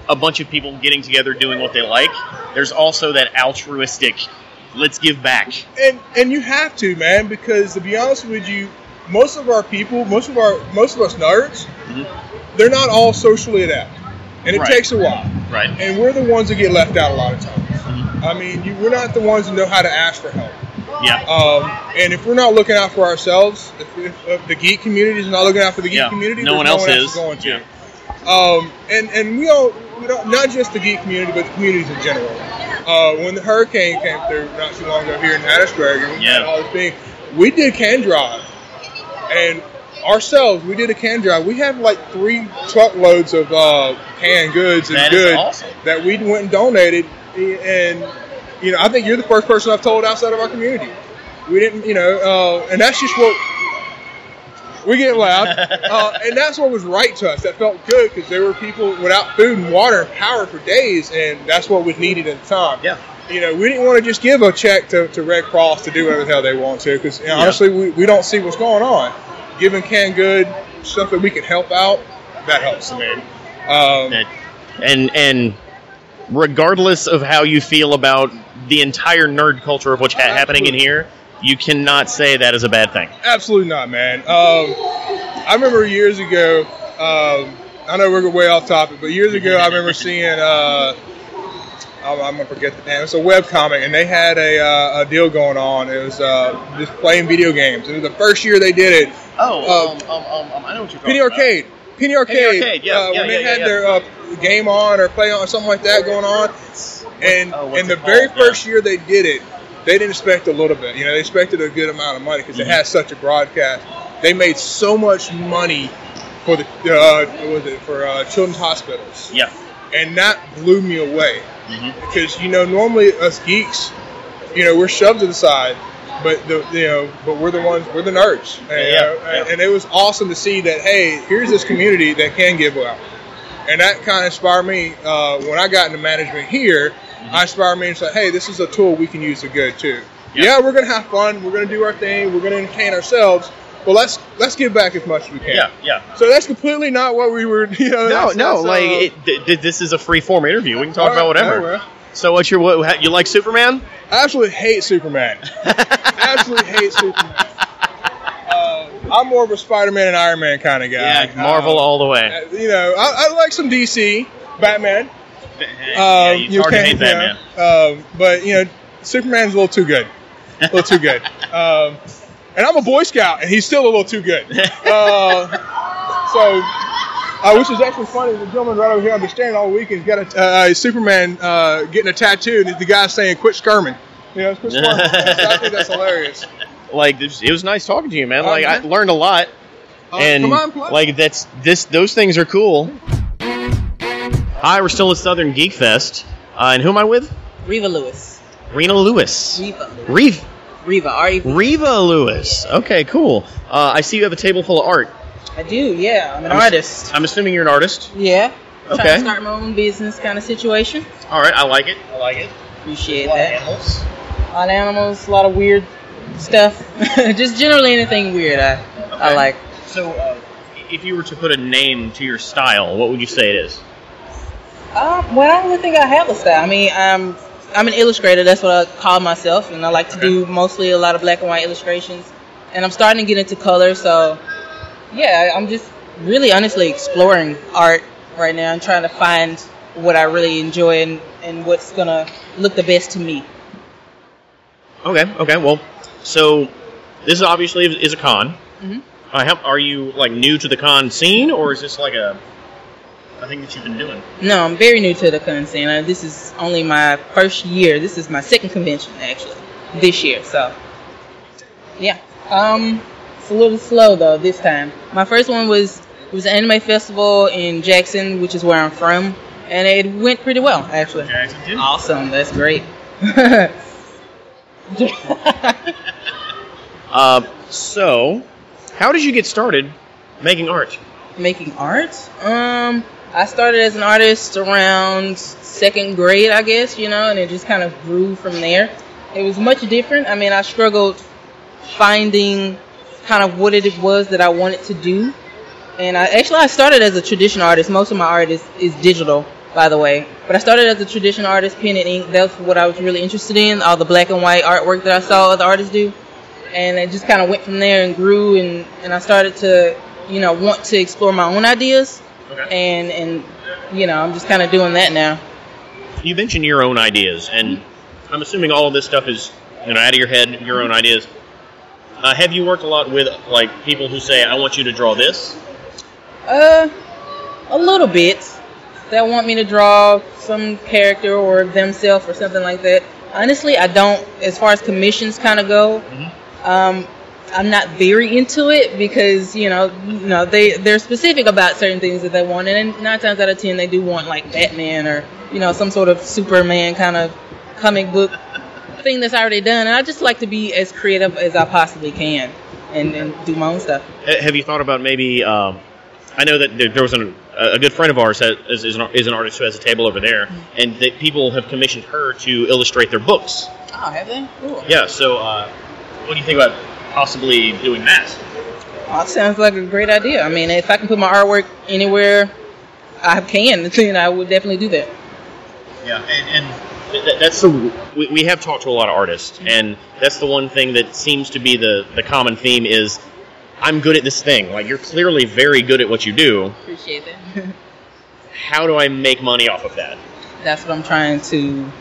Speaker 3: a bunch of people getting together doing what they like, there's also that altruistic, let's give back.
Speaker 7: and and you have to, man, because to be honest with you, most of our people, most of our most of us nerds,
Speaker 3: Mhm.
Speaker 7: they're not all socially adept, and it
Speaker 3: Right.
Speaker 7: takes a while.
Speaker 3: Right.
Speaker 7: And we're the ones that get left out a lot of times. I mean, you, we're not the ones that know how to ask for help.
Speaker 3: Yeah.
Speaker 7: Um, and if we're not looking out for ourselves, if, if, if the geek community is not looking out for the geek
Speaker 3: Yeah.
Speaker 7: community,
Speaker 3: No
Speaker 7: there's
Speaker 3: one else is.
Speaker 7: going to.
Speaker 3: Yeah.
Speaker 7: Um, and and we all, we don't, not just the geek community, but the communities in general. Uh, when the hurricane came through not too long ago here in Hattiesburg, and we
Speaker 3: Yeah.
Speaker 7: had all this thing, we did can drive, and ourselves, we did a can drive. We have like three truckloads of uh, canned goods and
Speaker 3: That is
Speaker 7: good
Speaker 3: awesome.
Speaker 7: that we went and donated. And you know, I think you're the first person I've told outside of our community. We didn't, you know, uh, and that's just what we get loud, uh, and that's what was right to us. That felt good because there were people without food and water and power for days, and that's what was needed at the time.
Speaker 3: Yeah.
Speaker 7: You know, we didn't want to just give a check to, to Red Cross to do whatever the hell they want to because honestly, we, we don't see what's going on. Giving canned good stuff that we can help out, that helps, I mean. Um,
Speaker 3: That- and and regardless of how you feel about the entire nerd culture of what's ha- happening in here, you cannot say that is a bad thing.
Speaker 7: Absolutely not, man. Um, I remember years ago. Um, I know we're way off topic, but years ago, I remember seeing. Uh, I'm, I'm gonna forget the name. It's a web comic, and they had a, uh, a deal going on. It was uh, just playing video games. It was the first year they did it.
Speaker 3: Oh,
Speaker 7: Um,
Speaker 3: um, um, um, I know what you're talking
Speaker 7: Penny
Speaker 3: about.
Speaker 7: Arcade. Penny Arcade.
Speaker 3: Arcade, yeah,
Speaker 7: uh,
Speaker 3: yeah,
Speaker 7: when they
Speaker 3: yeah,
Speaker 7: had
Speaker 3: yeah,
Speaker 7: their uh, game on or play on or something like that going on, and
Speaker 3: oh, what's
Speaker 7: and the
Speaker 3: it called?
Speaker 7: very
Speaker 3: Yeah.
Speaker 7: first year they did it, they didn't expect a little bit. You know, they expected a good amount of money because
Speaker 3: Mm-hmm.
Speaker 7: it had such a broadcast. They made so much money for the uh, what was it for uh, children's hospitals,
Speaker 3: Yeah.
Speaker 7: and that blew me away
Speaker 3: Mhm.
Speaker 7: because you know normally us geeks, you know, we're shoved to the side, but the you know, but we're the ones we're the nerds. you
Speaker 3: Yeah,
Speaker 7: know,
Speaker 3: yeah.
Speaker 7: And, and it was awesome to see that. Hey, here's this community that can give out, and that kind of inspired me uh, when I got into management here.
Speaker 3: Mm-hmm.
Speaker 7: I inspired me and said, hey, this is a tool we can use to good too. Yeah, we're gonna have fun. We're gonna do our thing. We're gonna entertain ourselves. But let's let's give back as much as we can.
Speaker 3: Yeah, yeah.
Speaker 7: So that's completely not what we were. You know,
Speaker 3: No,
Speaker 7: that's-
Speaker 3: no,
Speaker 7: that's,
Speaker 3: like
Speaker 7: uh,
Speaker 3: it, th- th- this is a free form interview. We can talk
Speaker 7: all
Speaker 3: about
Speaker 7: right,
Speaker 3: whatever.
Speaker 7: all right.
Speaker 3: So what's your what, how- you like Superman?
Speaker 7: I absolutely hate Superman. absolutely hate Superman. Uh, I'm more of a Spider-Man and Iron Man kind of guy.
Speaker 3: yeah, Marvel
Speaker 7: Uh,
Speaker 3: all the way.
Speaker 7: you know, I, I like some DC, Batman. Um,
Speaker 3: yeah, it's hard to hate that, man.
Speaker 7: man. Um, but you know, Superman's a little too good. A little too good. Um, and I'm a Boy Scout, and he's still a little too good. Uh, so, uh, which is actually funny. The gentleman right over here I've been staring all week. He's got a uh, Superman uh, getting a tattoo, and the guy's saying, "Quit skirming." You know, quit skirming. So I think that's hilarious.
Speaker 3: Like this- it was nice talking to you, man.
Speaker 7: Oh,
Speaker 3: Like I
Speaker 7: man.
Speaker 3: learned a lot,
Speaker 7: Uh,
Speaker 3: and
Speaker 7: come on, play.
Speaker 3: like that's this those things are cool. Hi, we're still at Southern Geek Fest, uh, and who am I with?
Speaker 8: Reva Lewis.
Speaker 3: Rena Lewis,
Speaker 8: Reva.
Speaker 3: Reeve,
Speaker 8: Reva. E Are you?
Speaker 3: Reva Lewis. Okay, cool. Uh, I see you have a table full of art.
Speaker 8: I do. Yeah, I'm an
Speaker 3: I'm s-
Speaker 8: artist.
Speaker 3: I'm assuming you're an artist.
Speaker 8: Yeah. Trying
Speaker 3: Okay.
Speaker 8: to start my own business kind of situation.
Speaker 3: All right, I like it. I like it.
Speaker 8: Appreciate that. A lot of animals, a lot of weird stuff. Just generally anything weird. I I
Speaker 3: Okay.
Speaker 8: like.
Speaker 3: So, uh, if you were to put a name to your style, what would you say it is?
Speaker 8: Uh, well, I don't really think I have a style. I mean, I'm I'm an illustrator. That's what I call myself, and I like to do mostly a lot of black and white illustrations. And I'm starting to get into color, so yeah, I'm just really honestly exploring art right now and trying to find what I really enjoy and, and what's gonna look the best to me.
Speaker 3: Okay. Okay. Well, so this is obviously is a con.
Speaker 8: Mhm.
Speaker 3: Uh, how, are you like new to the con scene, or is this like a a thing that you've been doing?
Speaker 8: No, I'm very new to the con scene. Uh, This is only my first year. This is my second convention actually this year. So yeah, um, it's a little slow though this time. My first one was it was an anime festival in Jackson, which is where I'm from, and it went pretty well actually.
Speaker 3: Jackson did.
Speaker 8: Awesome, that's great.
Speaker 3: Uh, so, how did you get started making art?
Speaker 8: Making art? Um, I started as an artist around second grade, I guess, you know, and it just kind of grew from there. It was much different. I mean, I struggled finding kind of what it was that I wanted to do. And I actually I started as a traditional artist. Most of my art is, is digital, by the way. But I started as a traditional artist, pen and ink. That's what I was really interested in. All the black and white artwork that I saw other artists do and it just kind of went from there and grew and, and I started to you know want to explore my own ideas and and you know I'm just kind of doing that now.
Speaker 3: You mentioned your own ideas, and I'm assuming all of this stuff is you know out of your head, your own ideas. Uh, have you worked a lot with like people who say, "I want you to draw this"?
Speaker 8: Uh, a little bit. They'll want me to draw some character or themselves or something like that. Honestly, I don't. As far as commissions kind of go, um,
Speaker 9: I'm not very into it because you know you know they they're specific about certain things that they want, and nine times out of ten they do want like Batman or you know some sort of Superman kind of comic book thing that's already done. And I just like to be as creative as I possibly can and, and do my own stuff.
Speaker 3: Ha- Have you thought about maybe? Um, I know that there there was an, a good friend of ours that is, is, an, is an artist who has a table over there, and that people have commissioned her to illustrate their books.
Speaker 9: Oh, have they? Cool.
Speaker 3: Yeah. So, uh, what do you think about possibly doing that?
Speaker 9: Well, that sounds like a great idea. I mean, if I can put my artwork anywhere I can, then I would definitely do that.
Speaker 3: Yeah, and, Mm-hmm. and th- th- that's the we, we have talked to a lot of artists, and that's the one thing that seems to be the the common theme is I'm good at this thing. Like you're clearly very good at what you do.
Speaker 9: Appreciate that.
Speaker 3: How do I make money off of that?
Speaker 9: that's what I'm trying to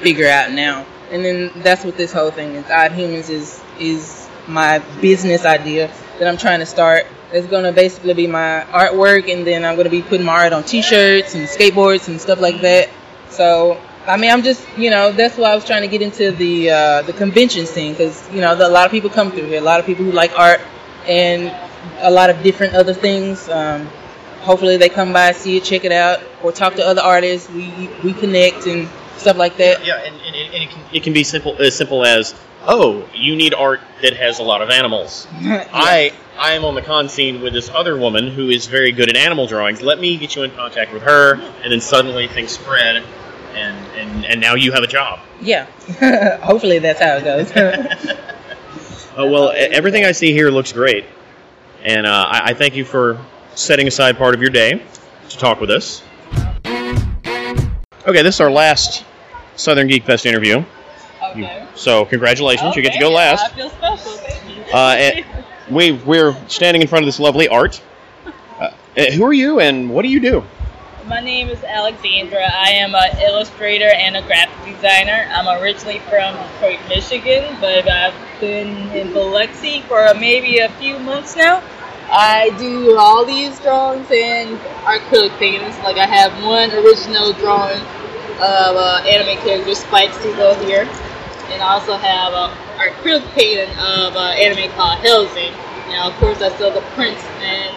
Speaker 9: figure out now. And then that's what this whole thing is. Odd Humans is is my business idea that I'm trying to start. It's going to basically be my artwork, and then I'm going to be putting my art on T-shirts and skateboards and stuff like that. So I mean, I'm just you know that's why I was trying to get into the uh, the convention scene because you know the, a lot of people come through here, a lot of people who like art and a lot of different other things. Um, hopefully they come by, see it, check it out, or talk to other artists. We we connect and stuff like that.
Speaker 3: Yeah, and, and, and it, can, it can be simple as simple as oh, you need art that has a lot of animals. I I am on the con scene with this other woman who is very good at animal drawings. Let me get you in contact with her, and then suddenly things spread, and and, and now you have a job.
Speaker 9: Yeah. hopefully that's how it goes.
Speaker 3: Oh well, e- everything I see here looks great, and uh, I, I thank you for setting aside part of your day to talk with us. Okay, this is our last Southern Geek Fest interview,
Speaker 9: okay.
Speaker 3: so congratulations, you get to go last.
Speaker 9: feel special. Thank you.
Speaker 3: Uh, and we we're standing in front of this lovely art. Uh, eh, who are you, and what do you do?
Speaker 8: My name is Alexandra. I am an illustrator and a graphic designer. I'm originally from Detroit, Michigan, but I've been in Biloxi for maybe a few months now. I do all these drawings and acrylic paintings. Like I have one original drawing of uh, anime character Spike Studio here, and I also have a acrylic painting of an anime called Helsing. Now, of course, I sell the prints and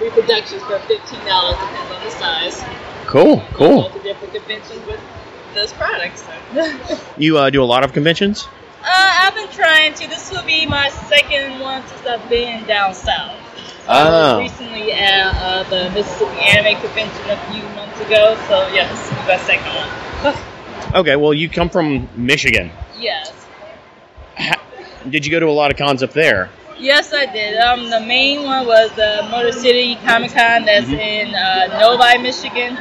Speaker 8: reproductions for fifteen dollars, depends on the size.
Speaker 3: Cool,
Speaker 8: Go
Speaker 3: cool.
Speaker 8: to different conventions with those products. So.
Speaker 3: You uh, do a lot of conventions.
Speaker 8: Uh, I've been trying to. This will be my second one since I've been down south. I
Speaker 3: Ah.
Speaker 8: was recently at uh, the Mississippi Anime Convention a few months ago, so yeah, this will be my second one.
Speaker 3: Okay, well, you come from Michigan.
Speaker 8: yes.
Speaker 3: Ha- did you go to a lot of cons up there?
Speaker 8: Yes, I did. Um, the main one was the Motor City Comic Con that's
Speaker 3: Mm-hmm.
Speaker 8: in uh, Novi, Michigan,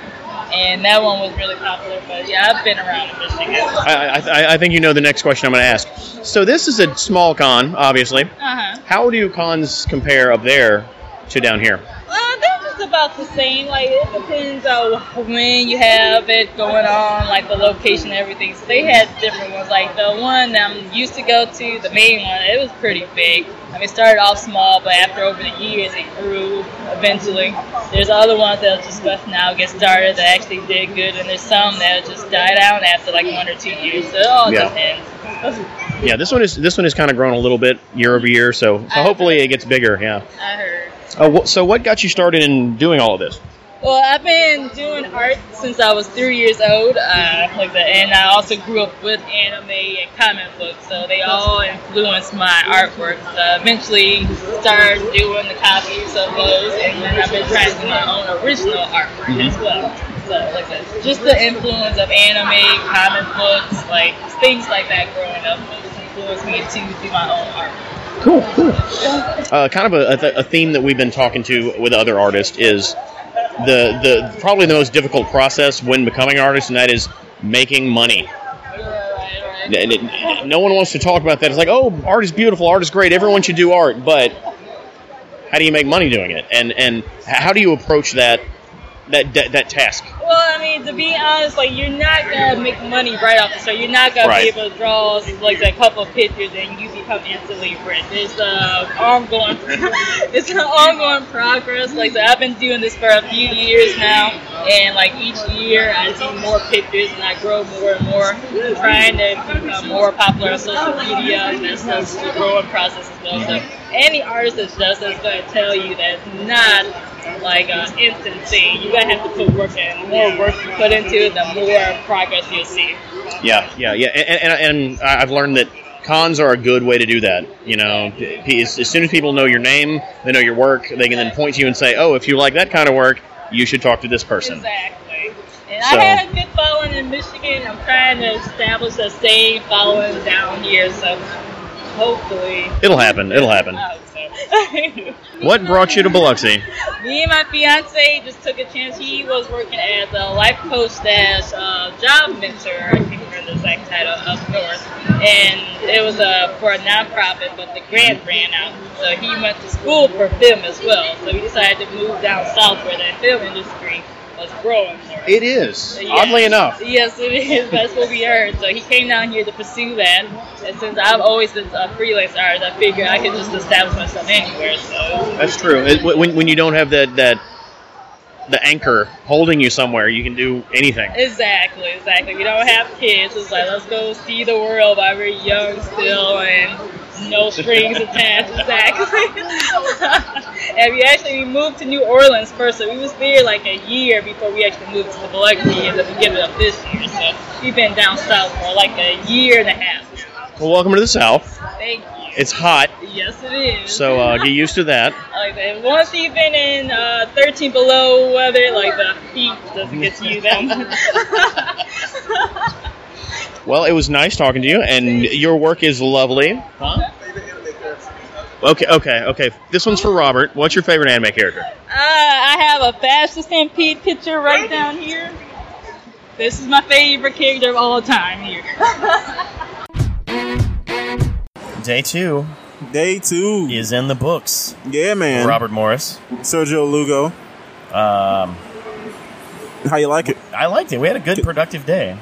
Speaker 8: and that one was really popular. But yeah, I've been around in Michigan. Uh
Speaker 3: I, I, I think you know the next question I'm going to ask. So this is a small con, obviously.
Speaker 8: huh.
Speaker 3: How do cons compare up there to down here?
Speaker 8: Uh, they're just about the same. Like it depends on when you have it going on, like the location, and everything. So they had different ones. Like the one that I'm used to go to, the main one, it was pretty big. I mean, it started off small, but after over the years, it grew eventually. There's other ones that just left now get started that actually did good, and there's some that just died out after like one or two years. So it all
Speaker 3: Yeah.
Speaker 8: depends.
Speaker 3: Yeah, this one is this one has kind of grown a little bit year over year, so, so hopefully it gets bigger. Yeah.
Speaker 8: I heard.
Speaker 3: Uh, wh- so what got you started in doing all of this?
Speaker 8: Well, I've been doing art since I was three years old, uh, like that, and I also grew up with anime and comic books, so they all influenced my artwork. So I eventually, started doing the copies of those, and then I've been trying to do my own original artwork as well. So, like that, just the influence of anime, comic books, like things like that growing up, just influenced me to do my own artwork.
Speaker 3: Cool, cool. Uh, kind of a, a, th- a theme that we've been talking to with other artists is the the probably the most difficult process when becoming an artist, and that is making money.
Speaker 8: Right, right.
Speaker 3: N- n- n- No one wants to talk about that. It's like, oh, art is beautiful, art is great, everyone should do art, but how do you make money doing it? And and h- how do you approach that that that, that task?
Speaker 8: Well, I mean, to be honest, like you're not gonna make money right off the start. You're not gonna
Speaker 3: Right.
Speaker 8: be able to draw like a couple of pictures and you become instantly rich. It's uh, ongoing. it's an ongoing progress. Like so I've been doing this for a few years now, And like each year, I see more pictures and I grow more and more, I'm trying to become more popular on social media. And that's just a growing process as well. So any artist that does that's going to tell you that's not like an instant thing. You gotta have to put work in. The more work you put into it, the more progress you'll see.
Speaker 3: Yeah, yeah, yeah. And, and, and I've learned that cons are a good way to do that. You know, as, as soon as people know your name, they know your work, they can then point to you and say, oh, if you like that kind of work, you should talk to this person.
Speaker 8: Exactly. And
Speaker 3: So-
Speaker 8: I had a good following in Michigan. I'm trying to establish the same following down here, so hopefully.
Speaker 3: It'll happen. It'll happen.
Speaker 8: I hope so.
Speaker 3: What brought you to Biloxi?
Speaker 8: Me and my fiance just took a chance. He was working as a life coach slash uh, job mentor. I can't remember the exact title up north, and it was uh, for a nonprofit, but the grant ran out, so he went to school for film as well. So he decided to move down south where the film industry was growing. More.
Speaker 3: It is.
Speaker 8: Yes.
Speaker 3: Oddly enough.
Speaker 8: Yes, it is. That's what we heard. So he came down here to pursue that. And since I've always been a freelance artist, I figured I could just establish myself anywhere. So
Speaker 3: That's true. It- when, when you don't have that, that the anchor holding you somewhere, you can do anything.
Speaker 8: Exactly, exactly. We don't have kids. It's like let's go see the world while we're young still and no strings attached. Exactly. and we actually we moved to New Orleans first, so we was there like a year before we actually moved to the Biloxi at the beginning of this year. So we've been down south for like a year and a half. now.
Speaker 3: Well, welcome to the South.
Speaker 8: Thank you.
Speaker 3: It's hot,
Speaker 8: yes, it is.
Speaker 3: so uh, get used to that.
Speaker 8: Like that. Once you've been in uh, 13 below weather, like the heat doesn't get to you that much.
Speaker 3: Well, it was nice talking to you, and your work is lovely. Okay, okay, okay. This one's for Robert. What's your favorite anime character?
Speaker 8: Uh, I have a Fashion Stampede picture right down here. This is my favorite character of all time here.
Speaker 1: Day two
Speaker 2: Day two. Yeah,
Speaker 1: is in the books.
Speaker 2: man.
Speaker 1: Robert Morris.
Speaker 2: Sergio Lugo.
Speaker 1: Um,
Speaker 2: How you like it?
Speaker 1: I liked it. We had a good, productive day.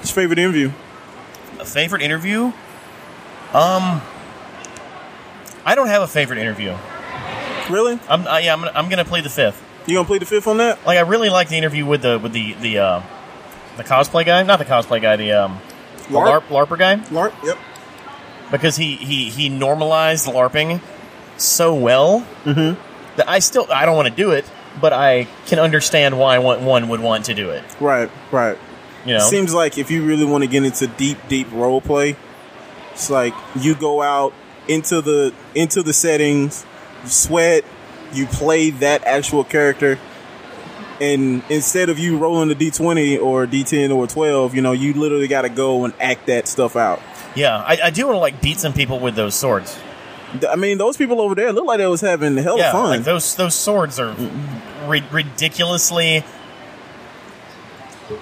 Speaker 2: His favorite interview.
Speaker 1: A favorite interview? Um, I don't have a favorite interview.
Speaker 2: Really?
Speaker 1: I'm, I, yeah, I'm, gonna- I'm gonna play the fifth.
Speaker 2: You gonna plead the fifth on that?
Speaker 1: Like, I really like the interview with the with the the uh, the cosplay guy, not the cosplay guy, the um, the
Speaker 2: Larp?
Speaker 1: LARP LARPer guy,
Speaker 2: Lark? Yep.
Speaker 1: because he he he normalized LARPing so well
Speaker 2: Mm-hmm.
Speaker 1: that I still I don't want to do it, but I can understand why one one would want to do it.
Speaker 2: Right. Right.
Speaker 1: You know,
Speaker 2: Seems like if you really want to get into deep, deep role play, it's like you go out into the into the settings, you sweat, you play that actual character, and instead of you rolling a D twenty or D ten or twelve, you know, you literally got to go and act that stuff out.
Speaker 1: yeah, I, I do want to like beat some people with those swords.
Speaker 2: Th- I mean, those people over there look like they was having hell
Speaker 1: yeah,
Speaker 2: of Oh, fun. Mm-hmm.
Speaker 1: like those those swords are ri- ridiculously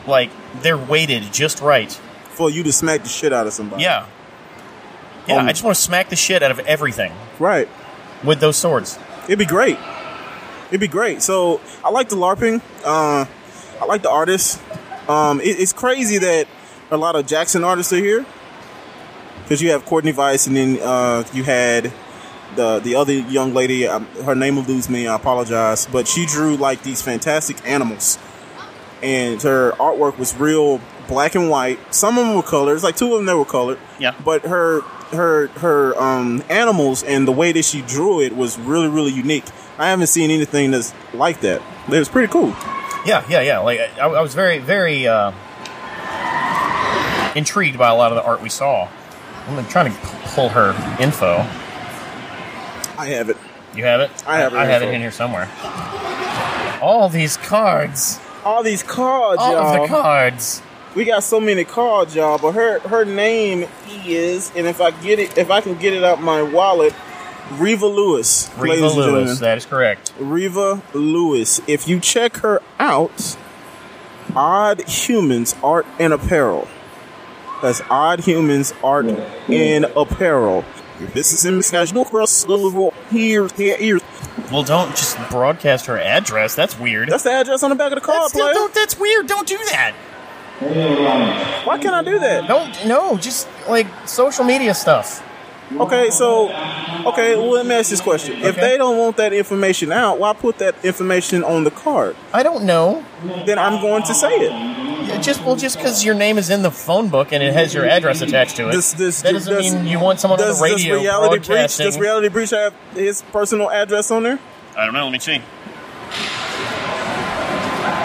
Speaker 1: like they're weighted just right.
Speaker 2: for you to smack the shit out of somebody.
Speaker 1: Yeah, yeah.
Speaker 2: Um,
Speaker 1: I just want to smack the shit out of everything
Speaker 2: Right.
Speaker 1: with those swords.
Speaker 2: It'd be great. It'd be great. So I like the LARPing. Uh, I like the artists. Um, it, it's crazy that a lot of Jackson artists are here because you have Courtney Vice, and then uh, you had the the other young lady. Um, her name will lose me. I apologize, but she drew like these fantastic animals, and her artwork was real black and white. Some of them were colored. It's like two of them that were colored.
Speaker 3: Yeah.
Speaker 2: But her her her um, animals and the way that she drew it was really really unique. I haven't seen anything that's like that. It was pretty cool.
Speaker 1: Yeah, Ah, yeah, yeah. Like I, I was very, very uh, intrigued by a lot of the art we saw. I'm trying to pull her info.
Speaker 2: I have it.
Speaker 1: You have it?
Speaker 2: I have her
Speaker 1: I have it
Speaker 2: info.
Speaker 1: in here somewhere. All these cards.
Speaker 2: All these cards,
Speaker 1: All
Speaker 2: y'all.
Speaker 1: of the cards.
Speaker 2: we got so many cards, y'all. But her her name is, and if I get it, if I can get it out my wallet, Reva Lewis.
Speaker 1: Reva
Speaker 2: ladies and
Speaker 1: Lewis.
Speaker 2: gentlemen.
Speaker 1: That is correct.
Speaker 2: Reva Lewis. If you check her out, Odd Humans Art and Apparel. That's Odd Humans Art and Apparel. This is in International Cross Silver. Here, here, here.
Speaker 1: Well, don't just broadcast her address. That's weird.
Speaker 2: That's the address on the back of the card,
Speaker 1: That's-
Speaker 2: player.
Speaker 1: don't- that's weird. Don't do that.
Speaker 2: Why can't I do that?
Speaker 1: Don't. No. Just like social media stuff.
Speaker 2: Okay, so okay, well, let me ask this question: If
Speaker 1: Okay.
Speaker 2: they don't want that information out, why put that information on the card?
Speaker 1: I don't know.
Speaker 2: Then I'm going to say it.
Speaker 1: Just well, just because your name is in the phone book and it has your address attached to it,
Speaker 2: Does this
Speaker 1: that doesn't
Speaker 2: does,
Speaker 1: mean you want someone
Speaker 2: does,
Speaker 1: on the
Speaker 2: does
Speaker 1: radio
Speaker 2: reality breach?
Speaker 1: broadcasting.
Speaker 2: Does reality breach have his personal address on there?
Speaker 10: I don't know. Let me see.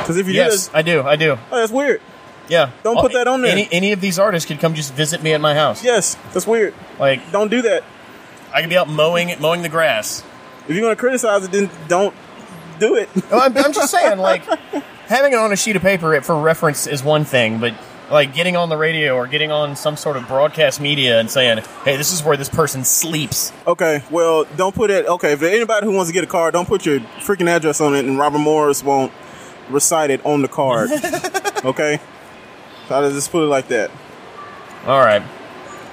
Speaker 2: Because if you
Speaker 1: yes,
Speaker 2: do,
Speaker 1: I do. I do.
Speaker 2: that's, oh, that's weird.
Speaker 1: Yeah.
Speaker 2: Don't put that on there.
Speaker 1: Any, any of these artists could come just visit me at my house.
Speaker 2: Yes, that's weird.
Speaker 1: Like
Speaker 2: Don't do that.
Speaker 1: I could be out mowing mowing the grass.
Speaker 2: If you're going to criticize it, then don't do it.
Speaker 1: No, I'm, I'm just saying, like having it on a sheet of paper for reference is one thing, but like getting on the radio or getting on some sort of broadcast media and saying, "Hey, this is where this person sleeps."
Speaker 2: Okay, well, don't put it. Okay, if there's anybody who wants to get a card, don't put your freaking address on it, and Robert Morris won't recite it on the card. okay, so I'll just put it like that.
Speaker 1: All right.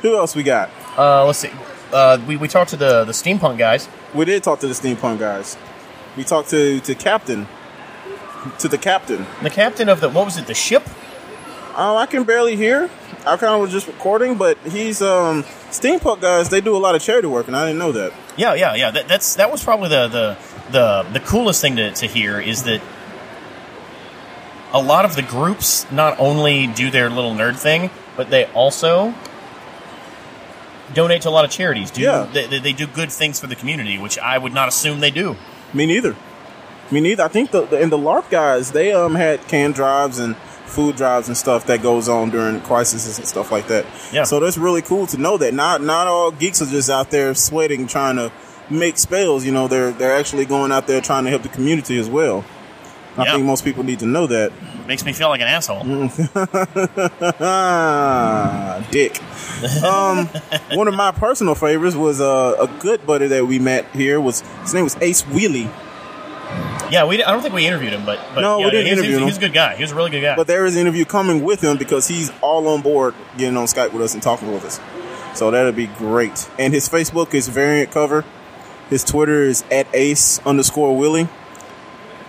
Speaker 2: Who else we got?
Speaker 1: Uh, let's see. Uh, we, we talked to the the steampunk guys.
Speaker 2: We did talk to the steampunk guys. We talked to to Captain, to the Captain.
Speaker 1: The captain of the what was it? The ship?
Speaker 2: Um, I can barely hear. I kind of was just recording, but he's um steampunk guys. They do a lot of charity work, and I didn't know that.
Speaker 1: Yeah, yeah, yeah. That, that's that was probably the the the, the coolest thing to, to hear is that a lot of the groups not only do their little nerd thing, but they also donate to a lot of charities. Do
Speaker 2: Yeah.
Speaker 1: they, they, they do good things for the community, which I would not assume they do.
Speaker 2: Me neither. Me neither. I think the, the and the LARP guys they um had can drives and food drives and stuff that goes on during crises and stuff like that.
Speaker 1: Yeah.
Speaker 2: So that's really cool to know that not not all geeks are just out there sweating trying to make spells. You know, they're they're actually going out there trying to help the community as well. I
Speaker 1: Yeah.
Speaker 2: think most people need to know that. Mm.
Speaker 1: Makes me feel like an asshole.
Speaker 2: Ah, dick. Um, one of my personal favorites was uh, a good buddy that we met here was his name was Ace Wheelie.
Speaker 1: Yeah, we I don't think we interviewed him, but, but
Speaker 2: No, we
Speaker 1: yeah,
Speaker 2: didn't
Speaker 1: he was- he was,
Speaker 2: interview him.
Speaker 1: he was a good guy. He was a really good guy.
Speaker 2: But there is an interview coming with him because he's all on board getting on Skype with us and talking with us. So that'll be great. And his Facebook is variant cover. His Twitter is at ace underscore willie.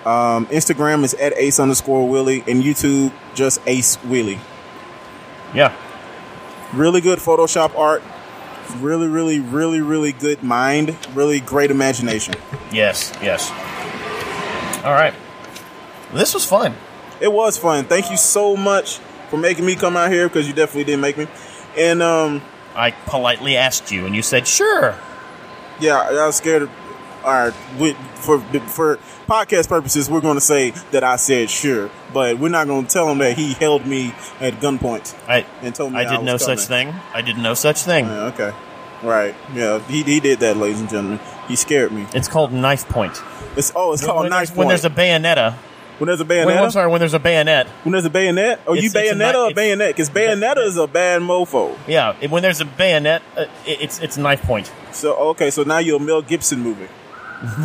Speaker 2: Um, Instagram is at ace underscore willie. And YouTube, just ace willie.
Speaker 1: yeah,
Speaker 2: Really good Photoshop art. Really, really, really, really good mind. Really great imagination.
Speaker 1: yes, yes. All right, this was fun.
Speaker 2: It was fun. Thank you so much for making me come out here because you definitely didn't make me. And, um,
Speaker 1: I politely asked you, and you said sure.
Speaker 2: Yeah, I was scared. Of, all right, we, for for podcast purposes, we're going to say that I said sure, but we're not going to tell him that he held me at gunpoint
Speaker 1: I
Speaker 2: and told me
Speaker 1: I did no
Speaker 2: was coming. Uh,
Speaker 1: such thing. I did no such thing.
Speaker 2: Yeah, okay, right? Yeah, he, he did that, ladies and gentlemen. He scared me.
Speaker 1: It's called knife point.
Speaker 2: It's oh, it's called
Speaker 1: when,
Speaker 2: knife
Speaker 1: there's, when there's a bayonetta.
Speaker 2: when there's a
Speaker 1: When, I'm
Speaker 2: bayonet, when,
Speaker 1: sorry, when there's a bayonet.
Speaker 2: there's a bayonet. Oh, you
Speaker 1: It's- it's a
Speaker 2: bayonet
Speaker 1: kni-
Speaker 2: or a
Speaker 1: it's-
Speaker 2: bayonet? Because bayonetta is a bad mofo.
Speaker 1: Yeah, it- when there's a bayonet, uh, it, it's it's knife point.
Speaker 2: So okay, so now you're a Mel Gibson movie.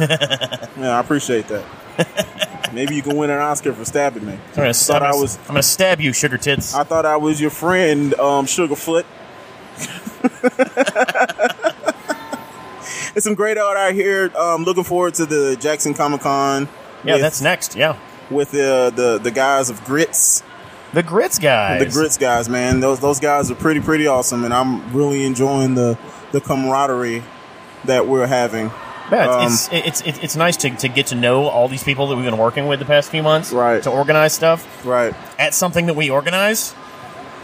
Speaker 2: yeah, I appreciate that. Maybe you can win an Oscar for stabbing me.
Speaker 1: I'm gonna,
Speaker 2: Thought
Speaker 1: I'm gonna-
Speaker 2: I was-
Speaker 1: I'm gonna stab you, sugar tits.
Speaker 2: I thought I was your friend, um, Sugarfoot. It's some great art out here. Um, looking forward to the Jackson Comic Con.
Speaker 1: yeah,
Speaker 2: with,
Speaker 1: that's next. Yeah,
Speaker 2: with the, the the guys of Grits,
Speaker 1: the grits guys.
Speaker 2: the Grits guys, man. Those those guys are pretty pretty awesome, and I'm really enjoying the the camaraderie that we're having.
Speaker 1: Yeah, it's, it's, it's, it's it's nice to, to get to know all these people that we've been working with the past few months.
Speaker 2: Right.
Speaker 1: To organize stuff
Speaker 2: Right.
Speaker 1: at something that we organize.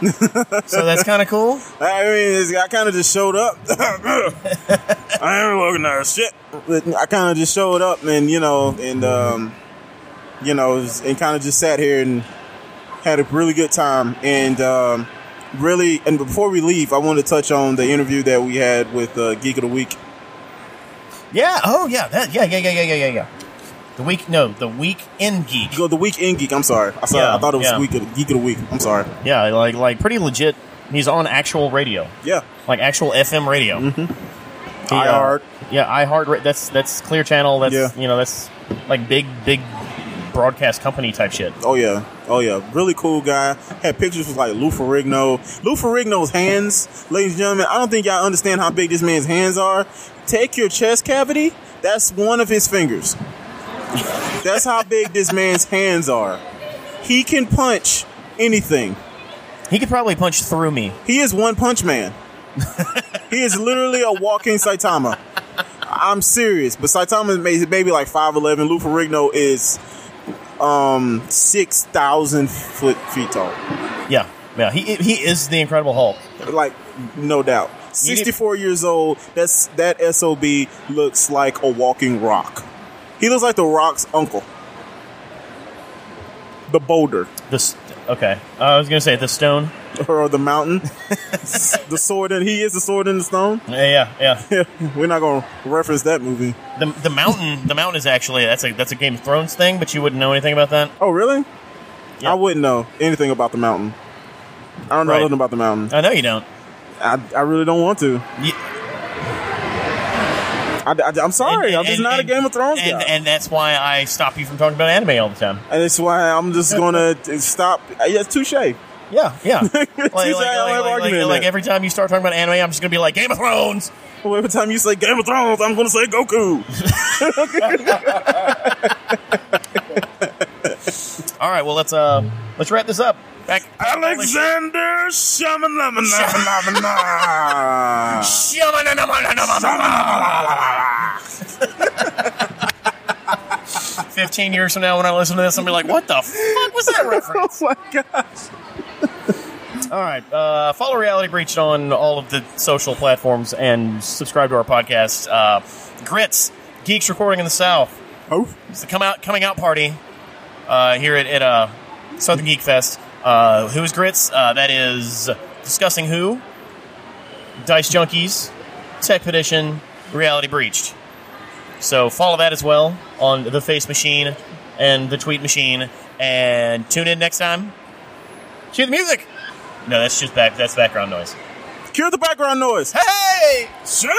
Speaker 1: so that's kind of cool.
Speaker 2: I mean, it's, I kind of just showed up. I ain't looking at shit. But I kind of just showed up, and you know, and um, you know, and kind of just sat here and had a really good time. And um, really, and before we leave, I want to touch on the interview that we had with uh, Geek of the Week.
Speaker 1: Yeah. Oh, yeah. That. Yeah. Yeah. Yeah. Yeah. Yeah. Yeah. Yeah. The week. No. The week in geek.
Speaker 2: Go the Week in Geek. I'm sorry. I, saw,
Speaker 1: Yeah,
Speaker 2: I thought it was
Speaker 1: yeah.
Speaker 2: Week of, Geek of the Week. I'm sorry.
Speaker 1: Yeah. Like like pretty legit. He's on actual radio,
Speaker 2: Yeah.
Speaker 1: like actual FM radio. He, uh,
Speaker 2: I heard.
Speaker 1: Yeah. I heart. That's that's Clear Channel. That's
Speaker 2: Yeah.
Speaker 1: you know that's like big big broadcast company type shit.
Speaker 2: Oh yeah, oh yeah, really cool guy. Had pictures with like Lou Ferrigno. Lou Ferrigno's hands, ladies and gentlemen. I don't think y'all understand how big this man's hands are. Take your chest cavity. That's one of his fingers. That's how big this man's hands are. He can punch anything.
Speaker 1: He could probably punch through me.
Speaker 2: He is one punch man. He is literally a walking Saitama. I'm serious, but Saitama is maybe like five eleven. Lou Ferrigno is um six thousand foot feet tall,
Speaker 3: Yeah, yeah. He he is the Incredible Hulk.
Speaker 2: like no doubt.
Speaker 3: You need-
Speaker 2: Sixty four years old. That's that sob looks like a walking rock. He looks like the Rock's uncle, the boulder
Speaker 3: This okay. I was gonna say the stone.
Speaker 2: or the mountain, the sword, and he is the sword in the stone.
Speaker 3: Yeah, yeah. yeah.
Speaker 2: We're not gonna reference that movie.
Speaker 3: The the mountain. The mountain is actually that's a that's a Game of Thrones thing, but you wouldn't know anything about that.
Speaker 2: Oh, really?
Speaker 3: Yeah.
Speaker 2: I wouldn't know anything about the mountain. I don't know
Speaker 3: Right.
Speaker 2: nothing about the mountain.
Speaker 3: I know you don't.
Speaker 2: I, I really don't want to.
Speaker 3: You,
Speaker 2: I, am sorry.
Speaker 3: and-
Speaker 2: I'm just
Speaker 3: and-
Speaker 2: not
Speaker 3: and-
Speaker 2: a Game of Thrones
Speaker 3: and,
Speaker 2: guy. And,
Speaker 3: and that's why I stop you from talking about anime all the time.
Speaker 2: that's why I'm just gonna t- stop. Yeah, touche.
Speaker 3: Yeah, yeah. like, like,
Speaker 2: I
Speaker 3: like,
Speaker 2: don't have
Speaker 3: like,
Speaker 2: argument in
Speaker 3: like
Speaker 2: that.
Speaker 3: every time you start talking about anime, I'm just gonna be like Game of Thrones.
Speaker 2: Well, every time you say Game of Thrones, I'm gonna say Goku.
Speaker 3: All right, well let's uh let's wrap this up. Back,
Speaker 2: Alexander Shaman
Speaker 3: Fifteen years from now, when I listen to this, I'll be like, "What the fuck was that reference?"
Speaker 2: Oh my god.
Speaker 3: All right. Uh, follow Reality Breached on all of the social platforms and subscribe to our podcast. Uh, Grits, Geeks Recording in the South.
Speaker 2: Oh,
Speaker 3: It's the come out coming out party uh, here at, at uh, Southern Geek Fest. Uh, who is Grits? Uh, that is discussing who, Dice Junkies, Tech Petition, Reality Breached. So follow that as well on the Face Machine and the Tweet Machine, and tune in next time. Cue the music. No, that's just back. That's background noise.
Speaker 2: cure the background noise.
Speaker 3: Hey!
Speaker 2: Shaman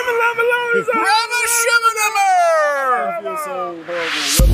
Speaker 3: Grab a shimonumber!